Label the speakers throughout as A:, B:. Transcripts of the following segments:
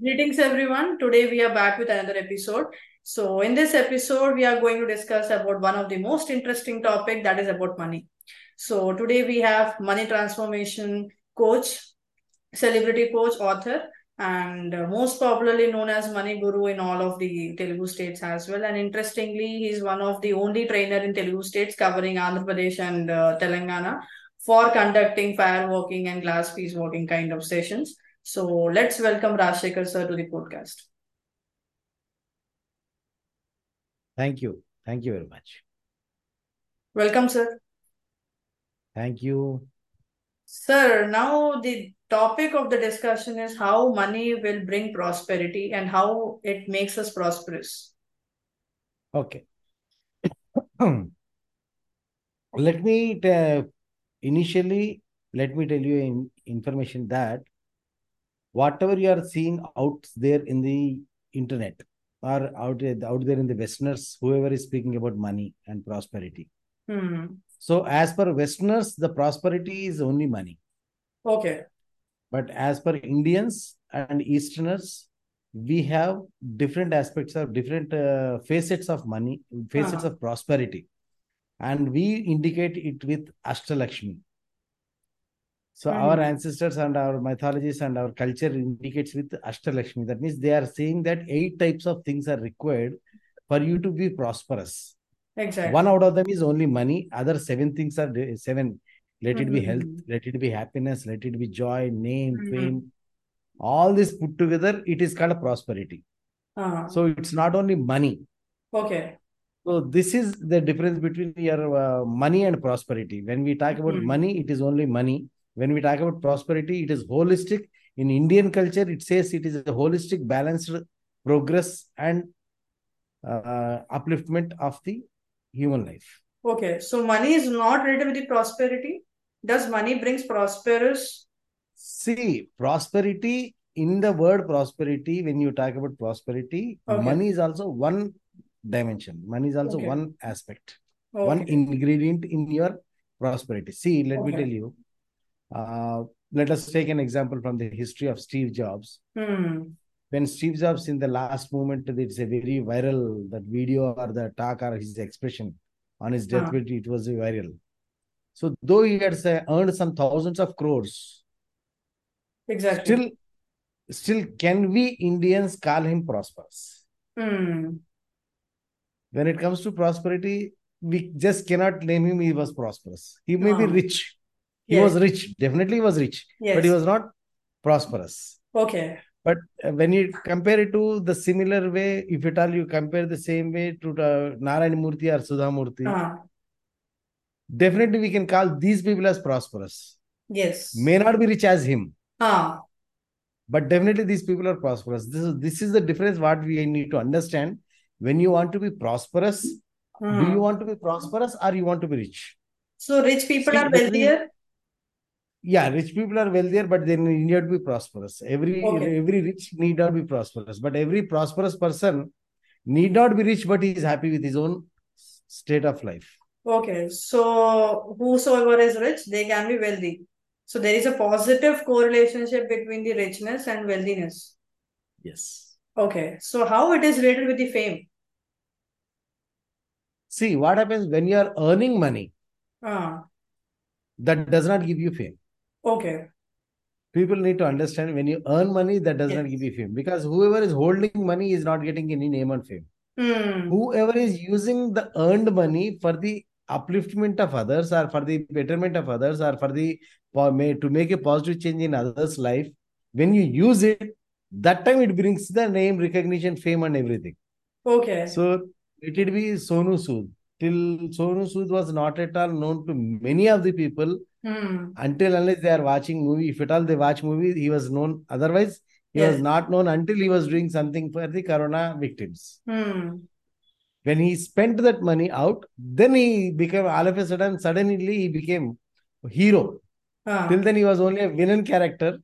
A: Greetings, everyone. Today we are back with another episode. So, in this episode, we are going to discuss about one of the most interesting topic that is about money. So, today we have money transformation coach, celebrity coach, author, and uh, most popularly known as money guru in all of the Telugu states as well. And interestingly, he is one of the only trainer in Telugu states covering Andhra Pradesh and uh, Telangana for conducting fire walking and glass piece walking kind of sessions. So let's welcome Rajshekhar sir to the podcast.
B: Thank you. Thank you very much.
A: Welcome, sir.
B: Thank you.
A: Sir, now the topic of the discussion is how money will bring prosperity and how it makes us prosperous.
B: Okay. let me t- initially let me tell you in information that whatever you are seeing out there in the internet or out out there in the westerners whoever is speaking about money and prosperity
A: Hmm.
B: so as per westerners the prosperity is only money
A: Okay.
B: but as per indians and easterners we have different aspects of different uh, facets of money facets
A: Uh-huh.
B: of prosperity and we indicate it with ashtalakshmi so our
A: Hmm.
B: ancestors and our mythologies and our culture indicates with Ashtalakshmi. That means they are saying that eight types of things are required for you to be prosperous. One
A: Exactly.
B: out of them is only money. Other seven things are the- seven. Let it be health.
A: Hmm.
B: Let it be happiness. Let it be joy, name,
A: Hmm.
B: fame. All this put together, it is called prosperity.
A: Uh-huh.
B: So it's not only money.
A: Okay.
B: So this is the difference between your uh, money and prosperity. When we talk about
A: Hmm.
B: money, it is only money. When we talk about prosperity, it is holistic. In Indian culture, it says it is a holistic, balanced progress and uh, upliftment of the human life.
A: Okay. So money is not related with the prosperity. Does money brings prosperous?
B: See, prosperity in the word prosperity, when you talk about prosperity,
A: Okay.
B: money is also one dimension, money is also
A: Okay.
B: one aspect, one
A: Okay.
B: ingredient in your prosperity. See, let me
A: Okay.
B: tell you. Uh, let us take an example from the history of Steve Jobs.
A: Hmm.
B: When Steve Jobs, in the last moment, it's a very viral that video or the talk or his expression on his
A: Uh,
B: deathbed, it was viral. So, though he had say, earned some thousands of crores,
A: exactly.
B: still, still, can we Indians call him prosperous?
A: Hmm.
B: When it comes to prosperity, we just cannot name him he was prosperous. He may be
A: Uh,
B: rich. He was
A: yes.
B: rich. Definitely, he was rich, but he
A: Yes.
B: was not prosperous.
A: Okay.
B: But uh, when you compare it to the similar way, if at all you compare the same way to the Narayan Murthy or Sudha Murthy,
A: Uh,
B: definitely we can call these people as prosperous.
A: yes.
B: May not be rich as him,
A: Uh,
B: but definitely these people are prosperous. This is this is the difference what we need to understand. When you want to be prosperous, do
A: hmm.
B: you want to be prosperous or you want to be rich?
A: So rich people
B: See
A: are
B: between
A: wealthier?
B: yeah, rich people are wealthier, but they need not be prosperous. Every
A: Okay.
B: every rich need not be prosperous, but every prosperous person need not be rich, but he is happy with his own s- state of life.
A: Okay. So whosoever is rich, they can be wealthy. So there is a positive correlation between the richness and wealthiness.
B: Yes.
A: Okay. So how it is related with the fame?
B: See, what happens when you are earning money
A: Uh,
B: that does not give you fame?
A: okay.
B: People need to understand when you earn money that does not give
A: Yes.
B: you fame because whoever is holding money is not getting any name and fame.
A: Hmm.
B: Whoever is using the earned money for the upliftment of others or for the betterment of others or for the for ma- to make a positive change in others' life, when you use it, that time it brings the name, recognition, fame, and everything.
A: Okay.
B: So it did be Sonu Sood. Till Sonu Sood was not at all known to many of the people
A: Hmm.
B: until unless they are watching movie. If at all they watch movie, he was known. Otherwise, he was
A: Yes.
B: not known until he was doing something for the corona victims.
A: Hmm.
B: When he spent that money out, then he became all of a sudden, suddenly he became a hero. Till
A: Ah.
B: then he was only a villain character,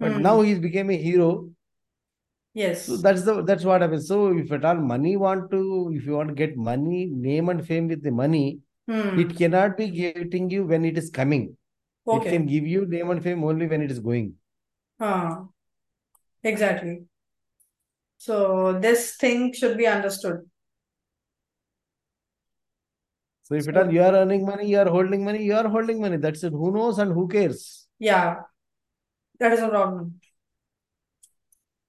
B: but now
A: Hmm.
B: he became a hero. So
A: Yes.
B: that's the that's what happens. So if at all money want to, if you want to get money, name and fame with the money,
A: Hmm.
B: it cannot be getting you when it is coming. It
A: Okay.
B: can give you name and fame only when it is going.
A: Ah. Exactly. So this thing should be understood.
B: So if at
A: So-
B: all you are earning money, you are holding money, you are holding money. That's it. Who knows and who cares?
A: Yeah, that is a problem.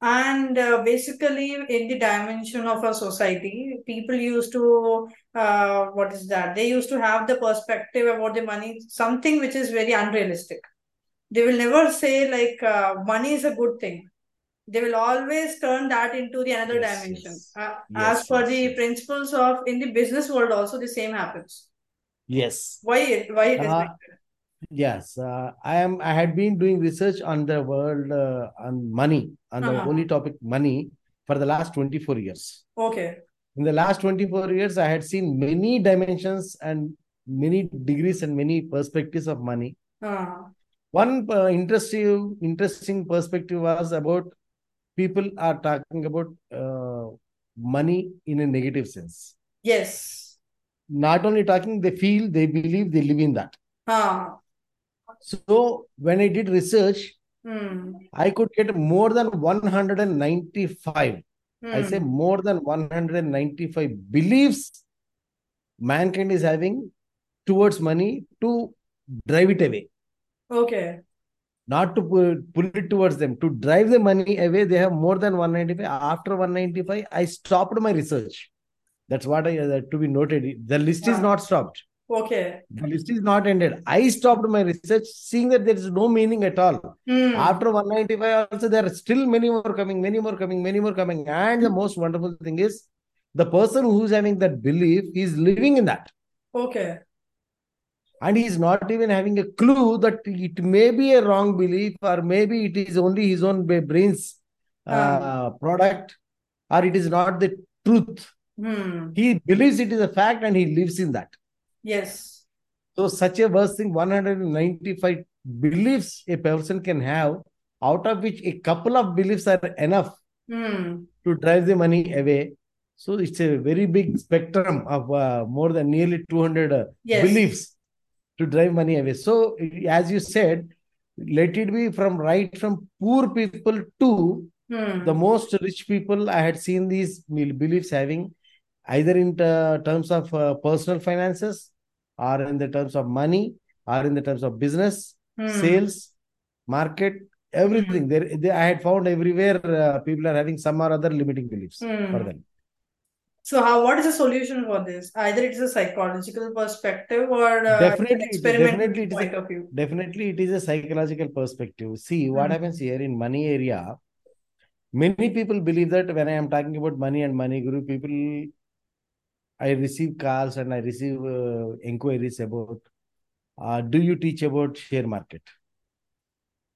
A: And uh, basically, in the dimension of our society, people used to, uh, what is that? They used to have the perspective about the money, something which is very unrealistic. They will never say, like, uh, money is a good thing. They will always turn that into the another
B: Yes,
A: dimension.
B: yes.
A: Uh,
B: Yes,
A: as per
B: yes,
A: the
B: yes.
A: principles of in the business world, also the same happens.
B: Yes.
A: Why it, why it is
B: Uh,
A: like that?
B: Yes, uh, I am. I had been doing research on the world uh, on money, on the
A: Uh-huh.
B: only topic money for the last 24 years.
A: Okay.
B: In the last 24 years, I had seen many dimensions and many degrees and many perspectives of money.
A: Uh,
B: One uh, interesting, interesting perspective was about people are talking about uh, money in a negative sense.
A: yes.
B: Not only talking, they feel, they believe, they live in that.
A: Uh,
B: So when I did research,
A: Hmm.
B: I could get more than 195. I say
A: Hmm.
B: more than 195 beliefs mankind is having towards money to drive it away,
A: Okay.
B: not to pull, pull it towards them. To drive the money away, they have more than 195. After 195, I stopped my research. That's what I uh, to be noted. The list is
A: Yeah.
B: not stopped.
A: Okay.
B: The list is not ended. I stopped my research, seeing that there is no meaning at all.
A: Hmm.
B: After 195, also there are still many more coming, many more coming, many more coming. And the most wonderful thing is the person who's having that belief is living in that.
A: Okay.
B: And he's not even having a clue that it may be a wrong belief, or maybe it is only his own ba- brain's
A: Um.
B: uh, product, or it is not the truth.
A: Hmm.
B: He believes it is a fact and he lives in that.
A: Yes.
B: So such a worst thing, 195 beliefs a person can have, out of which a couple of beliefs are enough
A: Hmm.
B: to drive the money away. So it's a very big spectrum of uh, more than nearly 200 uh,
A: Yes.
B: beliefs to drive money away. So as you said, let it be from right from poor people to the
A: Hmm.
B: most rich people. I had seen these bel- beliefs having either in ter- terms of uh, personal finances or in the terms of money or in the terms of business
A: Hmm.
B: sales market
A: Hmm.
B: everything there they, i had found everywhere uh, people are having some or other limiting beliefs for
A: Hmm.
B: them
A: So how what is the solution for this? Either it is a psychological perspective or uh, it's an
B: definitely it-
A: experimental
B: definitely it is a
A: point of view.
B: definitely it is a psychological perspective see what
A: Hmm.
B: happens here in money area many people believe that when i am talking about money and money guru people i receive calls and i receive uh, inquiries about uh, do you teach about share market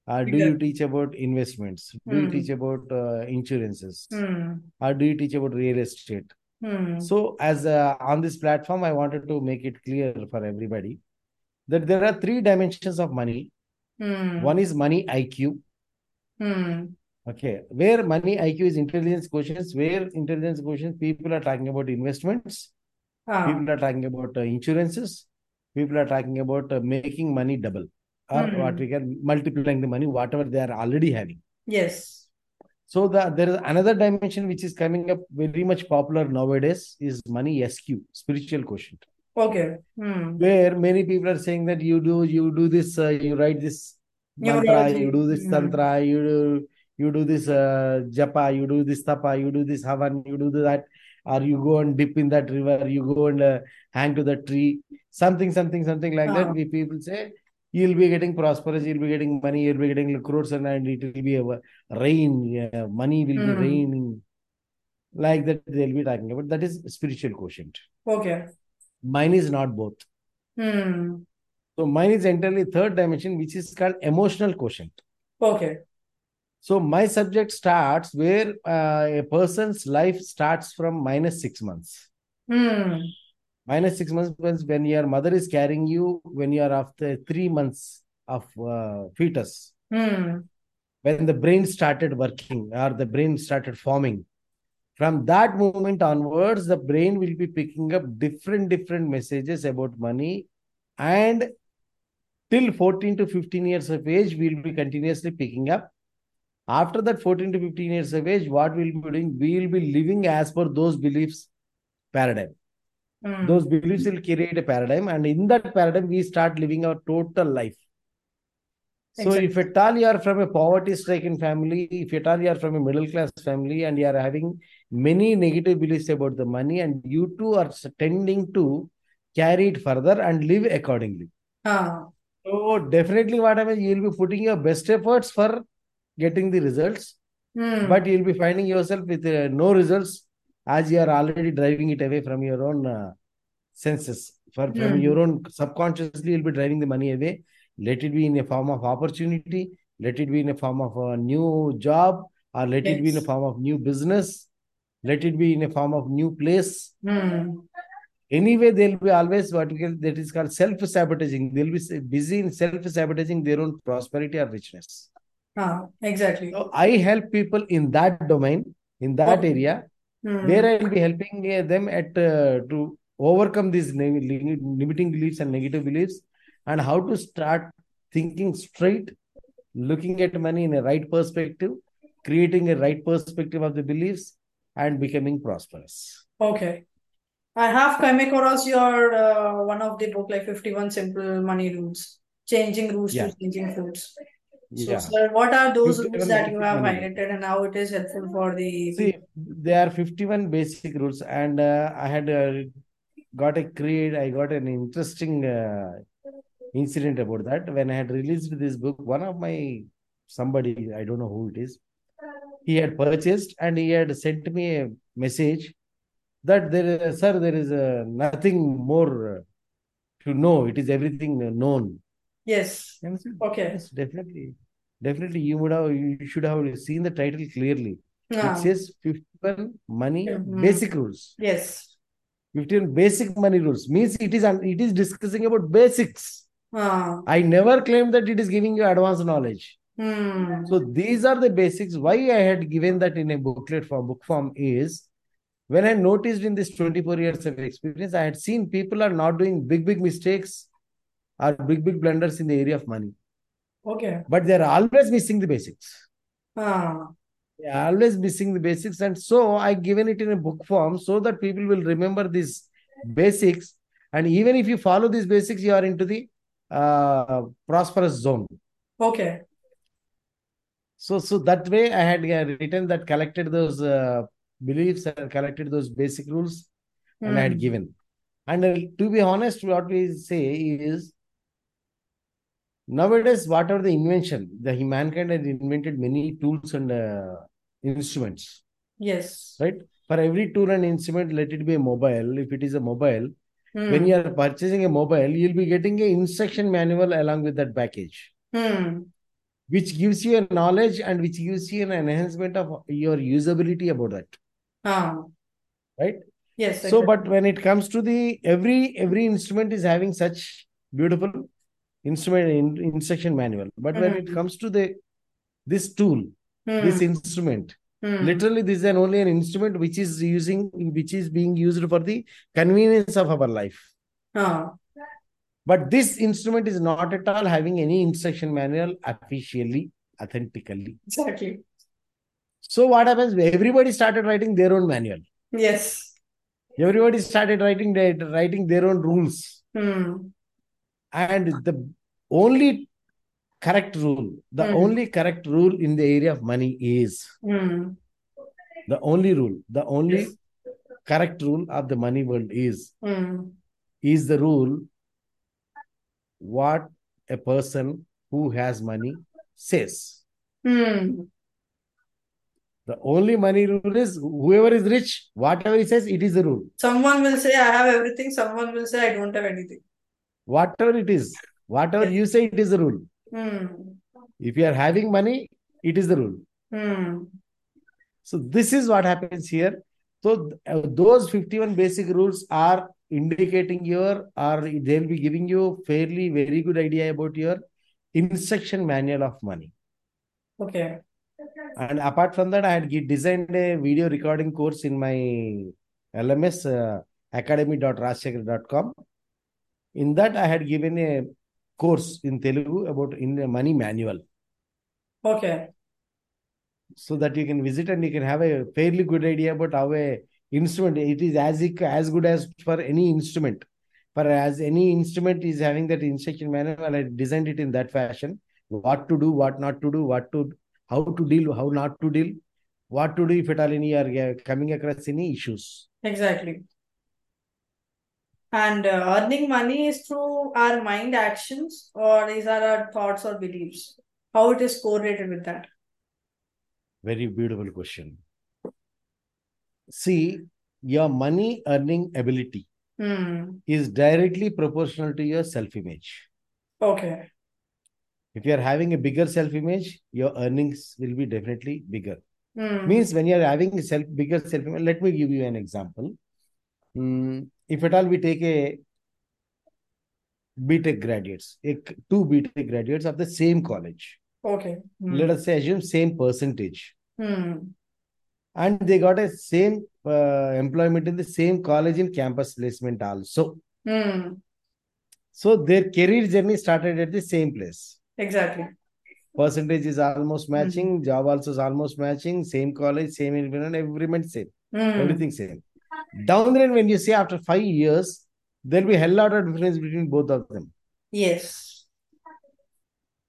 B: Uh, do you
A: Exactly.
B: teach about investments? Do you teach
A: Hmm.
B: about uh, insurances?
A: Hmm.
B: Or do you teach about real estate?
A: Hmm.
B: So, as uh, on this platform, I wanted to make it clear for everybody that there are three dimensions of money. One
A: Hmm.
B: is money IQ,
A: Hmm.
B: okay, where money IQ is intelligence questions, where intelligence questions people are talking about investments,
A: Ah.
B: people are talking about uh, insurances, people are talking about uh, making money double or what
A: Hmm.
B: we can multiplying the money, whatever they are already having.
A: Yes.
B: So the, there is another dimension which is coming up very much popular nowadays is money SQ, spiritual quotient,
A: Okay. Hmm.
B: where many people are saying that you do you do this, uh, you write this mantra, you
A: Numerology.
B: do this
A: Hmm.
B: tantra, you do you do this uh, japa, you do this tapa, you do this havan, you do that, or you go and dip in that river, you go and uh, hang to the tree, something, something, something like that.
A: Ah.
B: We people say you'll be getting prosperous, you'll be getting money, you'll be getting crores, and, and it will be a rain, yeah, money will be
A: Hmm.
B: raining like that they'll be talking about that is spiritual quotient
A: Okay.
B: mine is not both
A: Hmm.
B: so mine is entirely third dimension which is called emotional quotient
A: Okay.
B: so my subject starts where uh, a person's life starts from minus 6 months
A: Hmm.
B: minus 6 months means when your mother is carrying you when you are after 3 months of uh, fetus
A: Hmm.
B: when the brain started working or the brain started forming from that moment onwards the brain will be picking up different different messages about money and till 14 to 15 years of age we'll be continuously picking up after that 14 to 15 years of age what we'll be doing we'll be living as per those beliefs paradigm
A: Mm.
B: those beliefs will create a paradigm and in that paradigm we start living our total life so if
A: Exactly.
B: at all you are from a poverty stricken family if at all you are from a middle class family and you are having many negative beliefs about the money and you too are tending to carry it further and live accordingly
A: Ah,
B: so definitely what happens you will be putting your best efforts for getting the results
A: mm.
B: but you'll be finding yourself with uh, no results as you are already driving it away from your own uh, senses for from
A: Mm.
B: your own subconsciously you'll be driving the money away let it be in a form of opportunity let it be in a form of a new job or let it be in a
A: Yes.
B: form of new business let it be in a form of new place
A: Mm.
B: anyway they'll be always what we call that is called self sabotaging they'll be s- busy in self sabotaging their own prosperity or richness
A: Ah, exactly.
B: so I help people in that domain, in that
A: Okay.
B: area, where
A: Mm.
B: I will be helping uh, them at uh, to overcome these neg- li- limiting beliefs and negative beliefs, and how to start thinking straight, looking at money in a right perspective, creating a right perspective of the beliefs, and becoming prosperous.
A: Okay. I have come across your uh, one of the book like 51 Simple Money Rules, Changing Rules
B: Yeah,
A: to Changing Fruits. So,
B: yeah.
A: sir, what are those rules
B: 51
A: that you
B: basic
A: have
B: money rules.
A: highlighted and how it is helpful for the
B: See,
A: people?
B: there are 51 basic rules, and uh, I had uh, got a creed, I got an interesting. Uh, incident about that when i had released this book one of my somebody i don't know who it is he had purchased and he had sent me a message that there is, sir there is uh, nothing more uh, to know it is everything uh, known
A: Yes.
B: and I said,
A: Okay.
B: yes definitely definitely you would have you should have seen the title clearly it
A: Yeah.
B: says 51 money
A: Mm.
B: basic rules
A: Yes.
B: 51 basic money rules means it is un- it is discussing about basics
A: Ah.
B: I never claimed that it is giving you advanced knowledge.
A: Mm.
B: So these are the basics. Why I had given that in a booklet form, book form is when I noticed in this 24 years of experience, I had seen people are not doing big, big mistakes or big, big blunders in the area of money,
A: Okay.
B: but they are always missing the basics.
A: Ah.
B: They are always missing the basics. And so I given it in a book form so that people will remember these basics. And even if you follow these basics, you are into the uh, prosperous zone.
A: Okay.
B: So, so that way I had uh, written that collected those uh, beliefs and collected those basic rules and I had
A: Mm.
B: given. And uh, to be honest, what we say is nowadays, whatever the invention, the mankind had invented many tools and uh, instruments,
A: Yes.
B: right? For every tool and instrument, let it be a mobile. If it is a mobile, when you
A: Mm.
B: are purchasing a mobile, you'll be getting a instruction manual along with that package.
A: Mm.
B: which gives you a knowledge and which gives you an enhancement of your usability about that
A: Ah.
B: right
A: Yes,
B: so but
A: exactly.
B: when it comes to the every every instrument is having such beautiful instrument in, instruction manual but when it
A: Mm.
B: comes to the this tool this
A: Mm.
B: instrument
A: Mm.
B: literally this is an only an instrument which is using which is being used for the convenience of our life
A: Ah.
B: but this instrument is not at all having any instruction manual officially authentically
A: Exactly.
B: So what happens? Everybody started writing their own manual.
A: Yes.
B: Everybody started writing their, writing their own rules.
A: Mm.
B: And the only correct rule, the
A: Mm.
B: only correct rule in the area of money is
A: Mm.
B: the only rule, the
A: Yes.
B: only correct rule of the money world is
A: Mm.
B: is the rule what a person who has money says.
A: Mm.
B: The only money rule is whoever is rich, whatever he says, it is the rule.
A: Someone will say, I have everything. Someone will say, I don't have anything.
B: Whatever it is, whatever
A: Yes.
B: you say, it is the rule.
A: Mm.
B: If you are having money, it is the rule.
A: Mm.
B: So this is what happens here. So th- uh, those 51 basic rules are indicating your or they'll be giving you fairly very good idea about your instruction manual of money.
A: Okay.
B: And apart from that, I had ge- designed a video recording course in my LMS uh, academy.rajsekhar.com. In that, I had given a course in Telugu about in the money manual.
A: Okay.
B: so that you can visit and you can have a fairly good idea about how a instrument it is as equ- as good as for any instrument for as any instrument is having that instruction manual i designed it in that fashion what to do what not to do what to how to deal how not to deal what to do if at all any are uh, coming across any issues
A: Exactly. And uh, earning money is through our mind actions, or these are our thoughts or beliefs. How it is correlated with that?
B: very beautiful question see your money earning ability
A: Hmm.
B: is directly proportional to your self image
A: Okay.
B: if you are having a bigger self image your earnings will be definitely bigger
A: Hmm.
B: means when you are having a self bigger self image let me give you an example Mm, if at all we take a btech graduates a, two btech graduates of the same college
A: Okay. Hmm.
B: let us say assume same percentage
A: Hmm.
B: and they got a same uh, employment in the same college in campus placement also
A: Hmm.
B: so their career journey started at the same place
A: Exactly.
B: percentage is
A: Hmm.
B: almost matching job also is almost matching same college same environment everything same
A: Hmm.
B: everything same down the line when you see after five years there'll be hell lot of difference between both of them
A: Yes.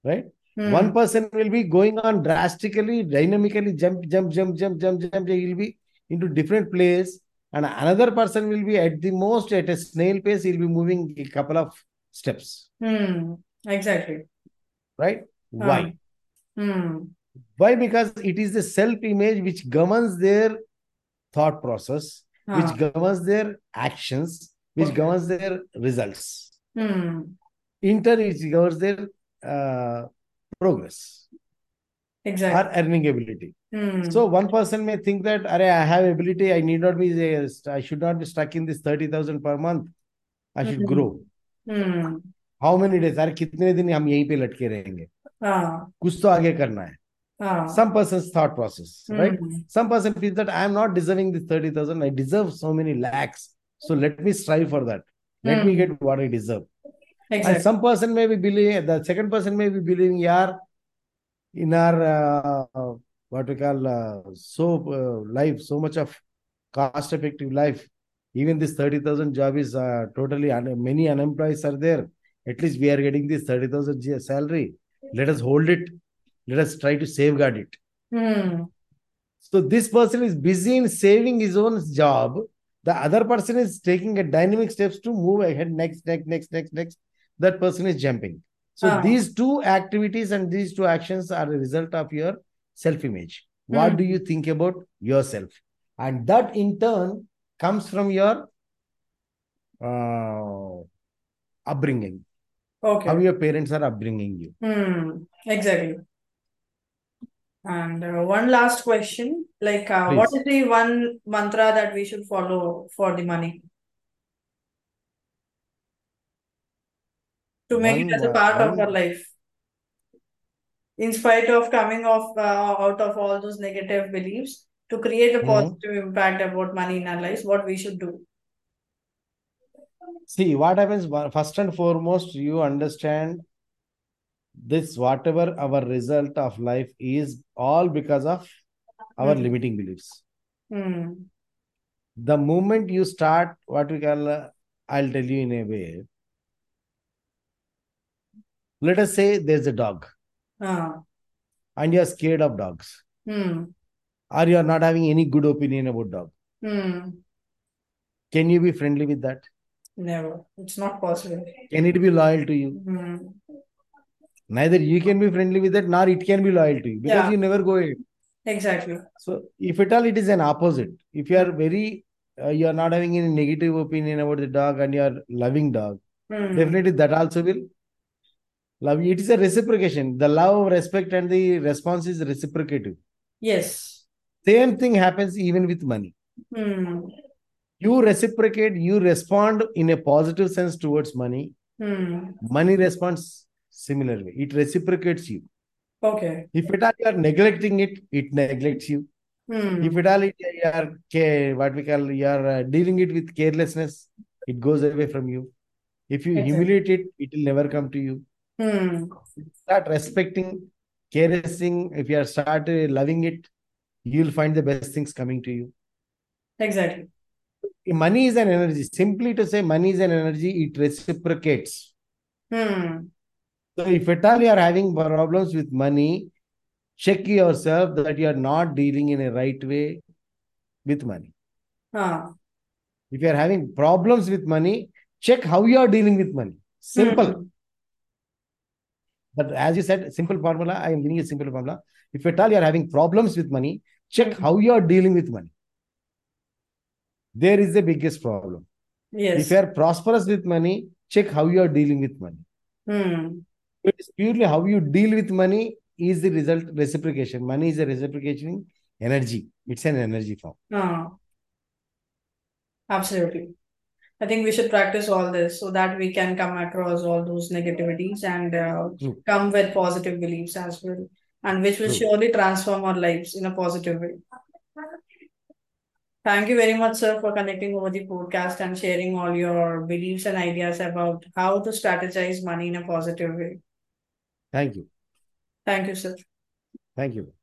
B: right
A: Hmm.
B: one person will be going on drastically dynamically jump jump jump jump jump jump he'll be into different place and another person will be at the most at a snail pace he'll be moving a couple of steps
A: Hmm. Exactly.
B: right why
A: Hmm.
B: why because it is the self image which governs their thought process which
A: Ah.
B: governs their actions which
A: Okay.
B: governs their results
A: Hmm.
B: in turn it governs their uh, progress or
A: Exactly.
B: earning ability
A: Hmm.
B: So one person may think that, "Arey, I have ability. I need not be. uh, st- I should not be stuck in this thirty thousand per month. I should
A: Hmm.
B: grow.
A: Hmm.
B: How many days? अरे कितने दिन हम यहीं पे लटके रहेंगे?
A: Ah.
B: कुछ तो आगे करना है.
A: Ah.
B: Some person's thought process, right?
A: Hmm.
B: Some person feels that I am not deserving this thirty thousand. I deserve so many lakhs. So let me strive for that. Let me
A: Hmm.
B: get what I deserve. And
A: Exactly.
B: some person may be believing. The second person may be believing, "Yaar, in our uh, what we call uh, so uh, life so much of cost effective life even this 30000 job is uh, totally un- many unemployed are there at least we are getting this 30000 G- salary let us hold it let us try to safeguard it
A: Hmm.
B: so this person is busy in saving his own job the other person is taking a dynamic steps to move ahead next next next next next that person is jumping so
A: Ah.
B: these two activities and these two actions are a result of your self image what
A: Hmm.
B: do you think about yourself and that in turn comes from your uh, upbringing
A: Okay.
B: how your parents are upbringing you
A: Hmm. Exactly. And uh, one last question, like, uh, what
B: please
A: is the one mantra that we should follow for the money to make
B: one
A: it as a
B: wa-
A: part
B: one
A: of our life, in spite of coming off uh, out of all those negative beliefs, to create a
B: Mhm.
A: positive impact about money in our lives, what we should do.
B: see what happens one- first and foremost you understand this whatever our result of life is all because of our
A: Hmm.
B: limiting beliefs
A: Hmm.
B: the moment you start what we call uh, i'll tell you in a way let us say there's a dog
A: Ah.
B: and you're scared of dogs
A: Hmm.
B: or you're not having any good opinion about dog
A: Hmm.
B: can you be friendly with that
A: Never. It's not possible.
B: can it be loyal to you
A: Hmm.
B: neither you can be friendly with that nor it can be loyal to you because
A: Yeah.
B: you never go ahead
A: Exactly.
B: so if at all it is an opposite if you are very uh, you are not having any negative opinion about the dog and you are loving dog
A: Hmm.
B: definitely that also will love you. It is a reciprocation. The love, respect, and the response is reciprocative.
A: Yes.
B: Same thing happens even with money.
A: Hmm.
B: You reciprocate, you respond in a positive sense towards money.
A: Hmm.
B: Money responds similarly. It reciprocates you.
A: Okay.
B: If at all you are neglecting it, it neglects you. If
A: Hmm.
B: at all it, you are care, what we call you are uh, dealing it with carelessness, it goes away from you. If you
A: Exactly.
B: humiliate it, it will never come to you.
A: Hmm.
B: Start respecting, caressing. If you are start uh, loving it, you'll find the best things coming to you
A: Exactly.
B: money is an energy simply to say money is an energy it reciprocates
A: Hmm.
B: so if at all you are having problems with money check yourself that you are not dealing in a right way with money
A: Ah.
B: if you are having problems with money check how you are dealing with money simple
A: Hmm.
B: But as you said, simple formula, I am giving you a simple formula. If at all you are having problems with money, check how you are dealing with money. There is the biggest problem.
A: Yes.
B: If you are prosperous with money, check how you are dealing with money.
A: Hmm.
B: It is purely how you deal with money is the result reciprocation. Money is a reciprocation energy. It's an energy form.
A: Ah. Absolutely. I think we should practice all this so that we can come across all those negativities and uh,
B: True.
A: come with positive beliefs as well, and which will
B: True.
A: surely transform our lives in a positive way. Thank you very much, sir, for connecting over the podcast and sharing all your beliefs and ideas about how to strategize money in a positive way.
B: Thank you.
A: Thank you, sir.
B: Thank you.